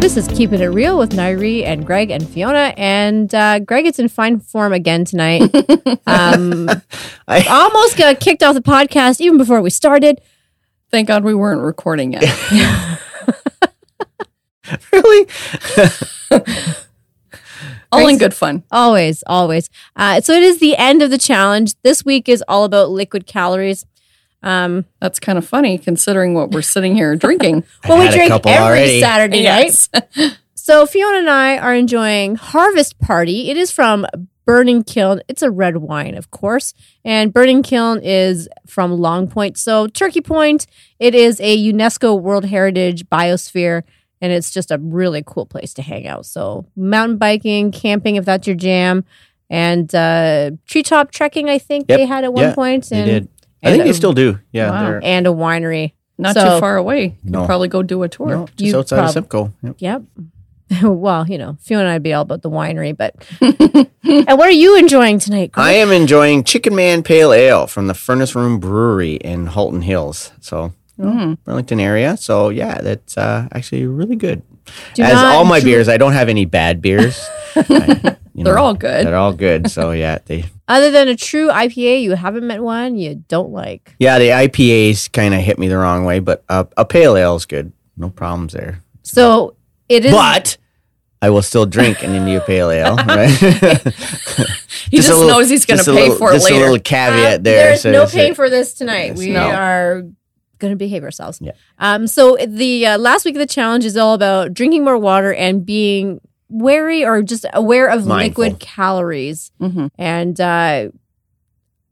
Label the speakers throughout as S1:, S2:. S1: This is Keeping It Real with Nairi and Greg and Fiona. And uh, Greg, it's in fine form again tonight. um,
S2: I-
S1: almost got kicked off the podcast even before we started.
S3: Thank God we weren't recording yet.
S2: really?
S3: All in good fun.
S1: Always, always. Uh, so it is the end of the challenge. This week is all about liquid calories. Um,
S3: That's kind of funny considering what we're sitting here drinking.
S1: well, we
S2: had a
S1: drink
S2: couple
S1: every
S2: already.
S1: Saturday night. So Fiona and I are enjoying Harvest Party. It is from Burning Kiln. It's a red wine, of course. And Burning Kiln is from Long Point. So Turkey Point, it is a UNESCO World Heritage biosphere and it's just a really cool place to hang out. So mountain biking, camping if that's your jam, and uh treetop trekking I think
S2: Yep.
S1: they had at one
S2: Yeah,
S1: point
S2: They
S1: and
S2: did. I
S1: and
S2: think
S1: a-
S2: they still do. Yeah.
S3: Wow.
S2: they're-
S1: and a winery.
S3: Not
S1: So-
S3: too far away. You
S2: No.
S3: could probably go do a tour.
S2: no, just
S1: You
S2: outside
S1: prob-
S2: of Simcoe. Yep.
S1: Yep. well, you know, Fiona and I'd be all about the winery, but and what are you enjoying tonight? Greg?
S2: I am enjoying Chicken Man Pale Ale from the Furnace Room Brewery in Halton Hills. So,
S3: Hmm.
S2: Burlington area. So, yeah, that's uh, actually really good.
S1: Do
S2: As
S1: not-
S2: all my beers, I don't have any bad beers. I- you
S3: They're
S2: know,
S3: all good.
S2: They're all good. So, yeah, they
S1: Other than a true IPA, you haven't met one you don't like.
S2: yeah the IPAs kind of hit me the wrong way, but uh, a pale ale's good. No problems there.
S1: So it is.
S2: But I will still drink an India Pale Ale, right?
S3: He just,
S2: a little-
S3: knows he's going to
S2: just a
S3: pay
S2: little-
S3: for it
S2: just
S3: later.
S2: a little caveat
S1: Uh,
S2: there.
S1: There's
S2: so
S1: no
S2: it's-
S1: pain for this tonight. We
S2: No.
S1: are going to behave ourselves.
S2: Yeah.
S1: Um. So the uh, last week of the challenge is all about drinking more water and being wary or just aware of
S2: Mindful.
S1: liquid calories.
S3: Mhm.
S1: and uh,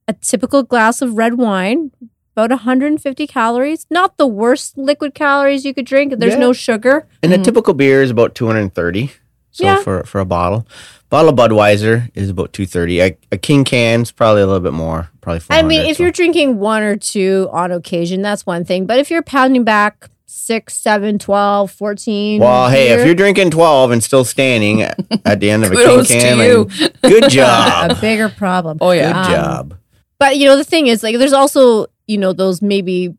S1: a typical glass of red wine about 150 calories not the worst liquid calories you could drink there's
S2: Yeah.
S1: no sugar
S2: And a typical beer is about 230. So
S1: Mm. Yeah.
S2: for, for a bottle. Bottle of Budweiser is about 230. A, a King Can's probably a little bit more, probably 400.
S1: i mean if
S2: so-
S1: you're drinking one or two on occasion that's one thing but if you're pounding back 6 seven, twelve, fourteen.
S2: Well, hey, if
S1: beer,
S2: you're drinking 12 and still standing at the end of a King
S3: Kudos to
S2: Can,
S3: you.
S2: like, good
S1: a
S2: job.
S1: bigger problem
S3: Oh,
S2: Good
S3: yeah.
S1: Um,
S2: job.
S1: but you know the thing is like there's also you know those maybe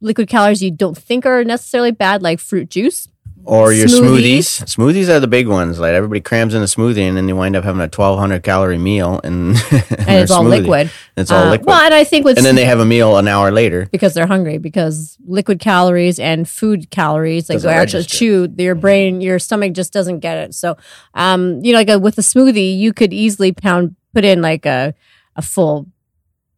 S1: liquid calories you don't think are necessarily bad like fruit juice
S2: Or your
S1: smoothies.
S2: smoothies. Smoothies are the big ones. Like everybody crams in a smoothie and then they wind up having a 1200 calorie meal and,
S1: and it's all liquid
S2: It's all
S1: Uh,
S2: liquid.
S1: well and i think with
S2: and then they have a meal an hour later.
S1: because they're hungry because liquid calories and food calories like
S2: Doesn't
S1: they actually
S2: register.
S1: chew your brain your stomach just doesn't get it so um you know like a, with a smoothie you could easily pound put in like a a full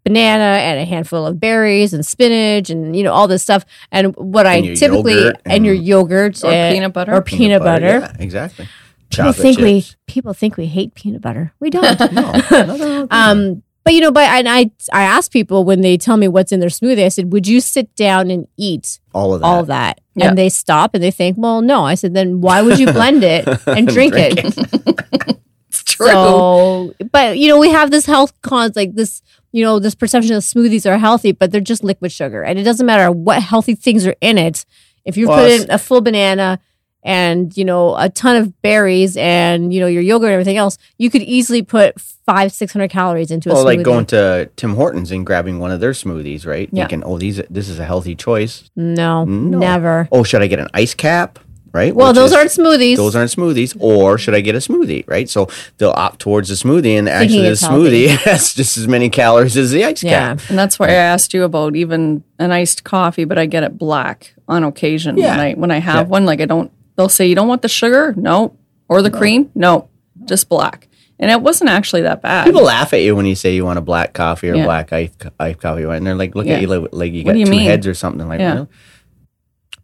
S1: banana and a handful of berries and spinach and you know all this stuff and what
S2: And
S1: I
S2: your
S1: typically
S2: yogurt
S1: and, your
S2: and-
S1: yogurt
S3: Or
S1: and-
S3: peanut butter.
S1: or peanut, butter,
S2: Yeah, exactly.
S1: people
S2: Chocolate
S1: think
S2: chips.
S1: we people think we hate peanut butter we don't
S2: No, no, no, no.
S1: Um, but you know, but and I I ask people when they tell me what's in their smoothie, I said, "Would you sit down and eat
S2: all of that.
S1: all that?"
S3: Yeah.
S1: And they stop and they think, "Well, no." I said, "Then why would you blend it and drink,
S2: Drink
S1: it?"
S3: It's true.
S1: So, but you know, we have this health cons like this. You know, this perception that smoothies are healthy, but they're just liquid sugar, and it doesn't matter what healthy things are in it. If you
S2: Well,
S1: put
S2: it's-
S1: in a full banana and you know a ton of berries and you know your yogurt and everything else, you could easily put five six hundred calories into a
S2: well,
S1: smoothie.
S2: like going to Tim Hortons and grabbing one of their smoothies, right?
S3: Yeah.
S2: Thinking, oh, these this is a healthy choice.
S1: No,
S2: No.
S1: never.
S2: Oh, should I get an ice cap? Right.
S1: Well,
S2: Which
S1: those
S2: is-
S1: aren't smoothies.
S2: Those aren't smoothies, or should I get a smoothie? Right, so they'll opt towards the smoothie, and actually, the
S1: it's healthy.
S2: smoothie has just as many calories as the ice
S1: yeah.
S2: cap.
S3: And that's why I asked you about even an iced coffee, but I get it black on occasion
S2: Yeah.
S3: when I when I have one. Like I don't they'll say you don't want the sugar? No. Or the cream? No. Just black. And it wasn't actually that bad.
S2: People laugh at you when you say you want a black coffee or
S3: Yeah.
S2: black ice, ice coffee, and they're like, look
S3: Yeah.
S2: at you like, like you got
S3: What do you
S2: two
S3: mean?
S2: heads or something. Like,
S3: Yeah.
S2: "Well,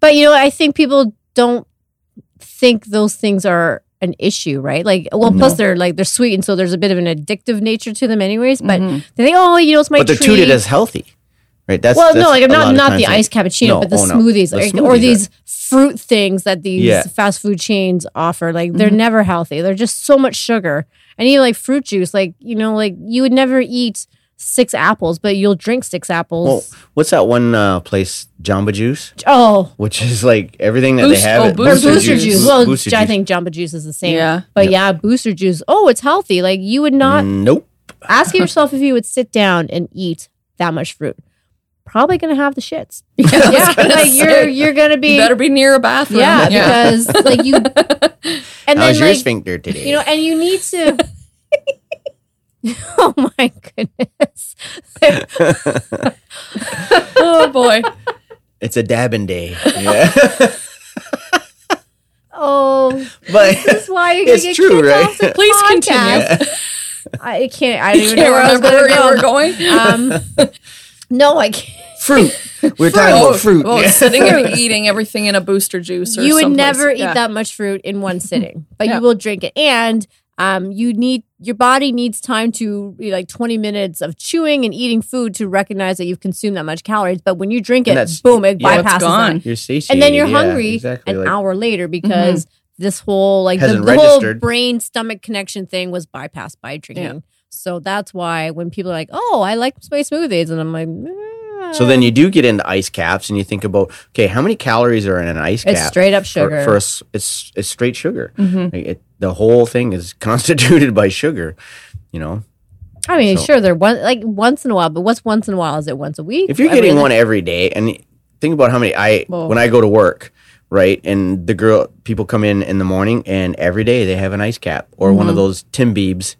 S1: But you know, I think people don't think those things are an issue, right? Like, well, plus they're like they're sweet, and so there's a bit of an addictive nature to them, anyways. But they think, oh, you know, it's my
S2: Mm-hmm. but they're
S1: treat.
S2: treated as healthy, right? That's
S1: well,
S2: that's
S1: no, like
S2: a lot
S1: not
S2: of
S1: not
S2: times
S1: the
S2: like-
S1: iced cappuccino,
S2: No,
S1: but the
S2: oh, no.
S1: smoothies,
S2: The
S1: like-
S2: smoothies
S1: or
S2: are-
S1: these fruit things that these
S2: Yeah. Mm-hmm.
S1: fast food chains offer. Like they're never healthy. They're just so much sugar. And even like fruit juice, like you know, like you would never eat six apples, but you'll drink six
S2: Well,
S1: apples.
S2: Oh, what's that one uh, place, Jamba Juice,
S1: oh,
S2: which is like everything that
S3: Boost-
S2: they have.
S3: oh,
S2: at
S1: Or
S3: Booster
S1: booster,
S3: juice.
S1: juice.
S2: Bo-
S1: Well,
S2: Booster
S1: I
S2: Juice.
S1: think Jamba Juice is the same.
S3: Yeah.
S1: But yeah, booster juice. Oh, it's healthy. Like
S2: Mm.
S1: you would not
S2: Nope.
S1: ask yourself if you would sit down and eat that much fruit. probably going to have the shits.
S3: I was
S1: yeah,
S3: gonna
S1: like
S3: say,
S1: you're you're going to be
S3: you better be near a bathroom.
S1: yeah, because like you and then
S2: How's your
S1: like,
S2: sphincter today?
S1: you know, and you need to. oh my goodness!
S3: oh boy.
S2: it's a dabbing day. Yeah.
S1: Oh,
S2: but
S1: that's why you're
S2: It's
S1: gonna get
S2: true,
S1: kicked
S2: right?
S1: off the
S3: Please
S1: podcast. I can't. I don't even
S3: Can't
S1: know where I was
S3: remember where you were
S1: going.
S3: going. "Ah,
S1: Um, no, I can't.
S2: fruit. We're talking about fruit.
S3: Well,
S2: Yeah.
S3: sitting and eating everything in a booster juice. Or
S1: You would
S3: someplace.
S1: never eat
S3: Yeah.
S1: that much fruit in one sitting, but
S3: Yeah.
S1: you will drink it, and um, you need your body needs time to be like twenty minutes of chewing and eating food to recognize that you've consumed that much calories. But when you drink
S2: And
S1: it,
S2: that's-
S1: boom, it
S2: yeah,
S3: it's
S1: bypasses
S3: gone.
S1: that.
S2: You're satiated.
S1: and then you're
S2: yeah,
S1: hungry
S2: exactly,
S1: an
S2: like- mm-hmm.
S1: hour later because this whole like the,
S2: Hasn't
S1: the whole
S2: registered.
S1: brain stomach connection thing was bypassed by drinking. So that's why when people are like, "Oh, I like space smoothies," and I'm like,
S2: So then you do get into ice caps, and you think about okay, how many calories are in an ice
S1: it's
S2: cap?
S1: straight up
S2: for-
S1: sugar."
S2: for, us. It's it's straight sugar.
S3: Mm-hmm.
S2: Like it, the whole thing is constituted by sugar. You know,
S1: I mean,
S2: so-
S1: sure, they're one like once in a while, but what's once in a while? Is it once a week?
S2: if you're
S1: Every
S2: getting
S1: other-
S2: one every day, and think about how many I
S3: Whoa.
S2: when I go to work, right? And the girl people come in in the morning, and every day they have an ice cap or one
S3: Mm-hmm.
S2: of those Tim Biebs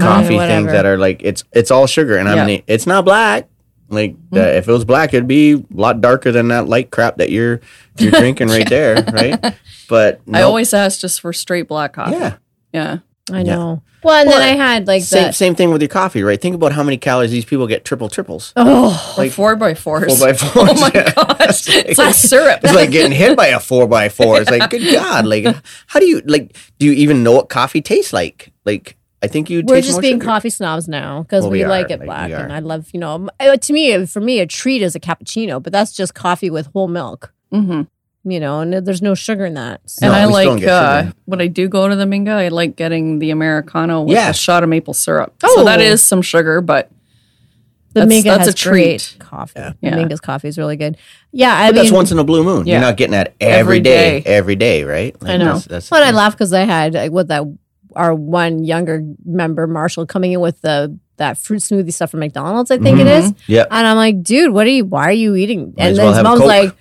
S2: coffee
S1: whatever.
S2: things that are like it's it's all sugar, and
S3: Yeah. Mm-hmm.
S2: I'm the- it's not black. Like uh, if it was black, it'd be a lot darker than that light crap that you're you're drinking right there, right? But
S3: I
S2: nope.
S3: always ask just for straight black coffee.
S2: yeah.
S3: Yeah.
S1: I
S2: Yeah.
S1: know. Well, and then
S2: But
S1: I had like
S2: Same
S1: that.
S2: same thing with your coffee, right? Think about how many calories these people get triple triples.
S3: Oh,
S2: Like-
S3: four by fours.
S2: Four by fours.
S3: Oh my
S2: Yeah.
S3: gosh. It's like syrup.
S2: It's like getting hit by a four by four. It's like, good God, like how do you like do you even know what coffee tastes like? Like I think you
S1: We're
S2: taste
S1: just
S2: more
S1: being
S2: sugar.
S1: coffee snobs now because
S2: Well,
S1: we,
S2: we are,
S1: like it
S2: like,
S1: black,
S2: we
S1: and
S2: are.
S1: I love you know. m- uh, To me, for me, a treat is a cappuccino, but that's just coffee with whole milk,
S3: hmm
S1: you know, and there's no sugar in that. So.
S3: And
S2: No,
S3: I
S2: we still don't
S3: like
S2: get
S3: uh,
S2: sugar.
S3: when I do go to the Minga, I like getting the Americano with
S2: Yeah.
S3: a shot of maple syrup.
S1: Oh.
S3: So that is some sugar, but
S1: The
S3: That's-
S1: Minga
S3: that's
S1: has
S3: a treat.
S1: great coffee.
S3: Yeah.
S1: The Minga's coffee is really good. Yeah, I
S2: But
S1: mean,
S2: that's once in a blue moon.
S3: Yeah.
S2: You're not getting that
S3: Every
S2: every day,
S3: day.
S2: every day, right? Like,
S3: know.
S2: That's, that's
S1: when I laugh because I had like, with that our one younger member Marshall coming in with the that fruit smoothie stuff from McDonald's. I think it
S2: Mm-hmm.
S1: is,
S2: Yep.
S1: and I'm like, dude, what are you? Why are you eating? And
S2: as
S1: then
S2: well
S1: his
S2: have a
S1: mom's
S2: Coke.
S1: like.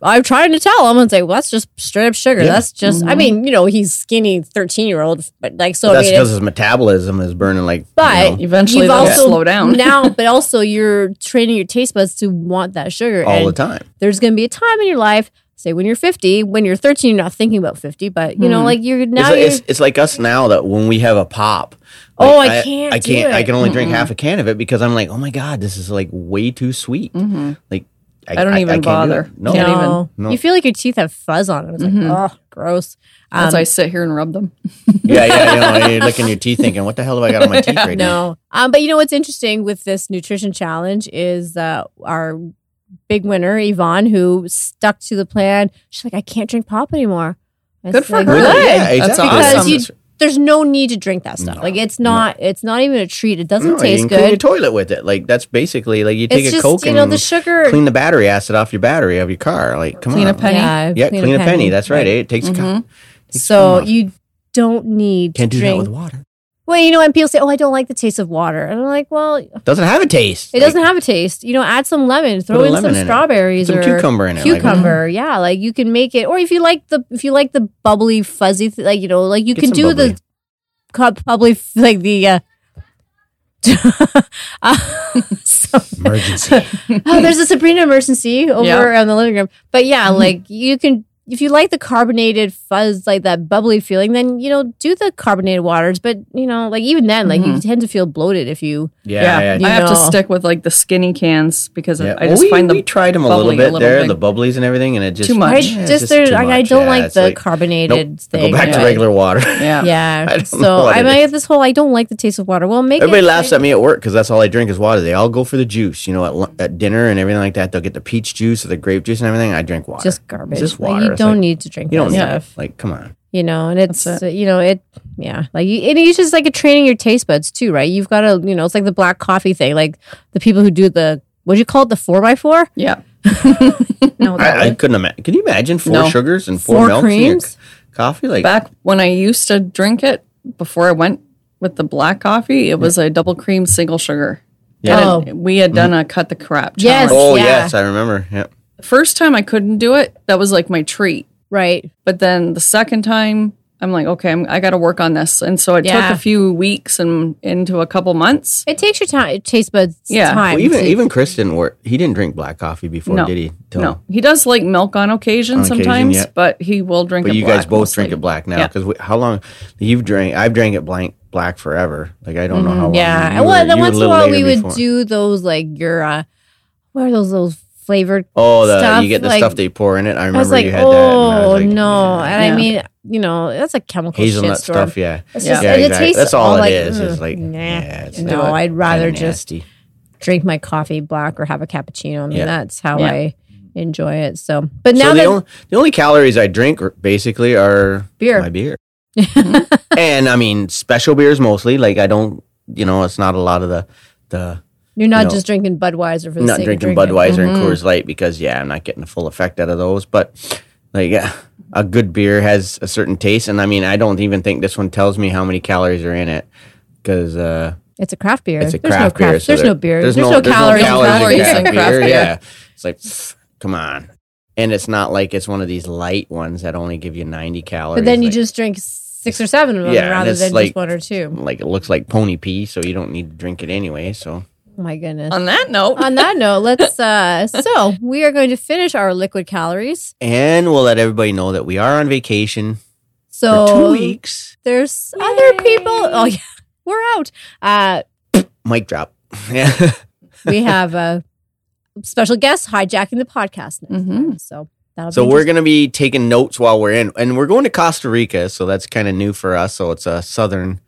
S1: I'm trying to tell him and say, well, that's just straight up sugar.
S2: Yeah.
S1: That's just,
S3: Mm-hmm.
S1: I mean, you know, he's skinny 13 year old, but like, so I
S2: That's
S1: mean, it's-
S2: because his metabolism is burning like. you
S1: But
S2: know,
S3: eventually
S1: You've
S3: that'll
S1: also-
S3: slow down.
S1: now, but also you're training your taste buds to want that sugar.
S2: all
S1: and
S2: the time.
S1: there's going to be a time in your life, say when you're 50, when you're 13, you're not thinking about 50, but you
S3: Hmm.
S1: know, like you're now
S2: it's,
S1: you're,
S2: it's, it's like us now that when we have a pop.
S1: Oh,
S2: like,
S1: I can't
S2: I
S1: do
S2: can't. I
S1: it.
S2: can only drink half a can of it because I'm like, oh my god, this is like way too sweet.
S1: Mm-hmm.
S2: Like,
S3: I don't even
S2: can't do
S3: bother.
S2: it. No,
S3: Can't even-
S1: No.
S2: no.
S1: You feel like your teeth have fuzz on them. It's
S3: Mm-hmm.
S1: like, oh, gross.
S3: As
S1: Um,
S3: I sit here and rub them.
S2: yeah, yeah. You know, and you're looking at your teeth, thinking, what the hell do I got on my teeth right now?
S1: no. Um, but you know what's interesting with this nutrition challenge is uh, our big winner, Yvonne, who stuck to the plan. She's like, I can't drink pop anymore. I
S3: Good
S1: was
S3: for
S1: like,
S3: her.
S1: "Good."
S3: Really?
S2: Yeah,
S3: That's
S2: exactly.
S1: Because
S3: awesome.
S1: you, there's no need to drink that stuff.
S2: No.
S1: Like it's not, it's not even a treat. It doesn't
S2: No, Mm, you
S1: taste
S2: can clean your
S1: good.
S2: toilet with it. Like that's basically like you take
S1: It's
S2: a
S1: just
S2: coke
S1: you know
S2: and
S1: the sugar.
S2: clean the battery acid off your battery of your car. Like come
S3: Clean
S2: on,
S3: a penny.
S1: Yeah,
S2: Yeah, clean, a penny. That's right. eh? It takes a cup.
S1: Mm-hmm. so you don't need
S2: Can't
S1: to
S2: do
S1: drink.
S2: that with water.
S1: well, you know, and people say, "Oh, I don't like the taste of water," and I'm like, "Well, it
S2: Doesn't have a taste. Like,
S1: doesn't have a taste. You know, add some lemon, throw
S2: a
S1: in
S2: lemon
S1: some
S2: in it.
S1: strawberries
S2: Some
S1: or
S2: cucumber in it, like- mm.
S1: Cucumber, yeah, like you can make it, or if you like the if you like the bubbly fuzzy, th- like you know, like you
S2: Get
S1: can
S2: some
S1: do
S2: bubbly.
S1: the cup bubbly f- like the. uh, uh so
S2: emergency.
S1: oh, there's a Sabrina emergency over
S3: Yeah.
S1: on the living room. But yeah,
S2: Mm-hmm.
S1: like you can, if you like the carbonated fuzz, like that bubbly feeling, then you know do the carbonated waters. But you know, like even then, like
S2: Mm-hmm.
S1: you tend to feel bloated if you.
S2: yeah, yeah,
S3: I have to
S1: know.
S3: stick with like the skinny cans because
S2: Yeah.
S3: I
S2: Well,
S3: just
S2: we,
S3: find them.
S2: we tried them a
S3: bubbly
S2: little bit there,
S3: big.
S2: the bubblies and everything, and it just
S3: Too much.
S1: I
S3: Yeah,
S1: just,
S2: it's
S1: there,
S2: too
S1: like, I
S2: much.
S1: don't
S2: Yeah,
S1: like
S2: it's
S1: the
S2: like,
S1: carbonated
S2: I
S1: thing.
S2: go back to
S1: yeah.
S2: regular water.
S3: yeah.
S1: Yeah.
S2: I don't know
S1: so
S2: what
S1: I
S2: it
S1: might
S2: is.
S1: have this whole I don't like the taste of water. Well, make
S2: Everybody
S1: it.
S2: laughs at me at work because that's all I drink is water. They all go for the juice, you know, at, lu- at dinner and everything like that. They'll get the peach juice or the grape juice and everything. I drink water.
S1: Just garbage.
S2: Just
S1: Like,
S2: water.
S1: you
S2: It's
S1: don't
S2: like-
S1: need to drink.
S2: you don't
S1: that
S2: need
S1: stuff.
S2: it. Like, come on.
S1: you know and it's
S3: That's
S1: uh, you know it yeah like you, and it's just like a training your taste buds too right you've got to you know it's like the black coffee thing like the people who do the what do you call it the four by four
S3: Yeah.
S1: no that
S2: I, I
S1: one.
S2: couldn't imagine. Can you imagine four
S3: No.
S2: sugars and four,
S1: Four
S2: milks in your
S1: creams?
S2: c- coffee? Like,
S3: Back when I used to drink it before I went with the black coffee, it was a double cream, single sugar.
S2: Yeah. Mm-hmm.
S1: Oh.
S3: And we had done a cut the crap
S1: Yes.
S3: challenge.
S2: Oh
S1: Yeah.
S2: yes, I remember. Yep.
S3: The first time I couldn't do it, that was like my treat.
S1: Right.
S3: But then the second time, I'm like, okay, I'm, I got to work on this. And so it
S1: Yeah.
S3: took a few weeks and into a couple months.
S1: It takes your time. It tastes buds
S3: Yeah.
S1: time.
S2: Well, even
S1: to-
S2: even Chris didn't work. He didn't drink black coffee before,
S3: No.
S2: did he? Till-
S3: No, he does like milk on occasion
S2: On occasion,
S3: sometimes,
S2: yeah.
S3: but he will drink.
S2: But
S3: it
S2: you
S3: black
S2: guys both
S3: mostly.
S2: drink it black now
S3: Yeah.
S2: because how long you've drank? I've drank it blank black forever. Like I don't know how long.
S1: yeah.
S2: you
S1: well,
S2: were-
S1: then
S2: you were
S1: once in a
S2: little
S1: while we
S2: later
S1: would
S2: before.
S1: do those like your uh, what are those those flavored?
S2: Oh, the
S1: stuff,
S2: you get the
S1: like-
S2: stuff they pour in it. I
S1: I
S2: remember
S1: was like,
S2: you had
S1: oh
S2: that. and I was like,
S1: no, and
S3: Yeah.
S1: I mean, you know, that's a chemical
S2: hazelnut
S1: shitstorm.
S2: stuff. Yeah,
S1: It's
S3: Yeah.
S1: just,
S2: yeah,
S1: and
S2: exactly.
S1: it tastes
S2: That's all
S1: all like,
S2: it is.
S1: mm,
S2: It's like
S1: nah.
S2: yeah, it's
S1: no,
S2: not-
S1: I'd rather
S2: kinda
S1: just
S2: nasty.
S1: drink my coffee black or have a cappuccino. I mean,
S2: Yeah.
S1: that's how
S3: Yeah.
S1: I enjoy it. So, but
S2: So
S1: now
S2: the
S1: that
S2: only, the only calories I drink are- basically are
S1: Beer.
S2: my beer, and I mean special beers mostly. Like I don't, you know, it's not a lot of the the
S1: you're not
S2: No.
S1: just drinking Budweiser for the
S2: not
S1: sake
S2: drinking
S1: of drinking Mm-hmm.
S2: Budweiser and Coors Light because yeah, I'm not getting the full effect out of those. But like uh, a good beer has a certain taste, and I mean I don't even think this one tells me how many calories are in it because uh,
S1: It's a craft beer.
S2: it's a
S1: there's
S2: craft
S1: no craft.
S2: beer. so
S1: there's
S2: there-
S1: no beer. There's, no,
S3: there's
S1: calories.
S3: no
S1: in
S3: calories
S1: craft
S3: in
S1: beer.
S3: craft
S2: craft
S3: beer.
S2: beer. Yeah, it's like pff, come on. And it's not like it's one of these light ones that only give you 90 calories.
S1: But then you
S2: like-
S1: just drink six or seven of them
S2: Yeah, and
S1: rather
S2: it's
S1: than
S2: like-
S1: just one or two.
S2: like it looks like pony pee, so you don't need to drink it anyway. So
S1: Oh my goodness.
S3: On that note,
S1: on that note, let's uh so we are going to finish our liquid calories.
S2: and we'll let everybody know that we are on vacation
S1: So
S2: for two weeks.
S1: there's other people. Oh yeah, we're out. Uh
S2: Mic drop. Yeah.
S1: we have a special guest hijacking the podcast next
S3: Mhm.
S1: time. So that'll
S2: so
S1: be
S2: we're gonna be taking notes while we're in, and we're going to Costa Rica, so that's kind of new for us. So it's a southern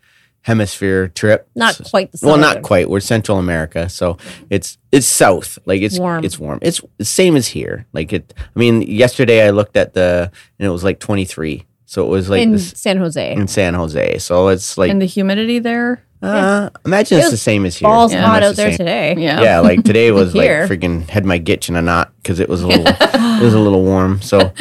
S2: hemisphere trip.
S1: not
S2: So-
S1: quite the same.
S2: Well, not quite. We're Central America, so it's it's south. Like it's
S1: Warm.
S2: It's warm. It's the same as here. Like it. I mean, yesterday I looked at the and it was like 23. So it was like
S1: in
S2: this
S1: San Jose.
S2: in San Jose. So it's like
S3: and the humidity there.
S2: Uh, imagine
S1: It
S2: it's
S1: was
S2: the same as here.
S1: Balls
S2: Almost
S1: hot
S2: the
S1: out there
S2: same.
S1: today.
S3: Yeah.
S2: Yeah, like today was like
S1: Oh. Here.
S2: freaking had my gitch in a knot because it was a little it was a little warm. So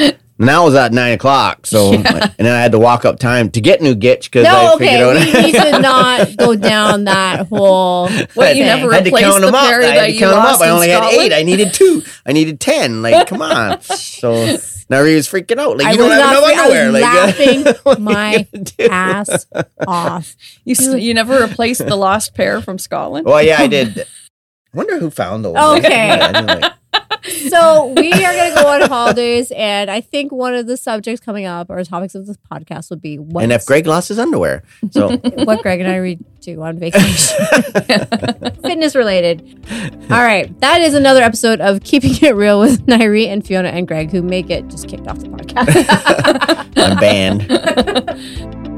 S2: now was at nine o'clock. So and then I had to walk up time to get new gitch because I
S1: No,
S2: figured out
S1: okay. We need to not go down that whole.
S3: What,
S1: thing.
S3: you never
S2: I had to
S3: replaced
S2: count
S3: the
S2: them up.
S3: pair
S2: I
S3: that
S2: had to
S3: you
S2: count them up.
S3: lost
S2: I
S3: in
S2: only had
S3: Scotland?
S2: eight. I needed two. I needed ten. Like come on. So now he was freaking out. Like
S1: I
S2: you don't
S1: was
S2: have enough
S1: laughing- I was
S2: underwear.
S1: laughing
S2: like what are you
S1: my
S2: gonna do?
S1: ass off.
S3: You, s- you never replaced the lost pair from Scotland.
S2: Well, yeah, I did. I wonder who found those.
S1: Okay.
S2: Yeah, I mean, like-
S1: So we are going to go on holidays, and I think one of the subjects coming up or topics of this podcast would be what
S2: and if Greg lost his underwear, so
S1: what Greg and I re- do on vacation, fitness related. All right, that is another episode of Keeping It Real with Nairi and Fiona and Greg, who make it just kicked off the podcast.
S2: I'm banned.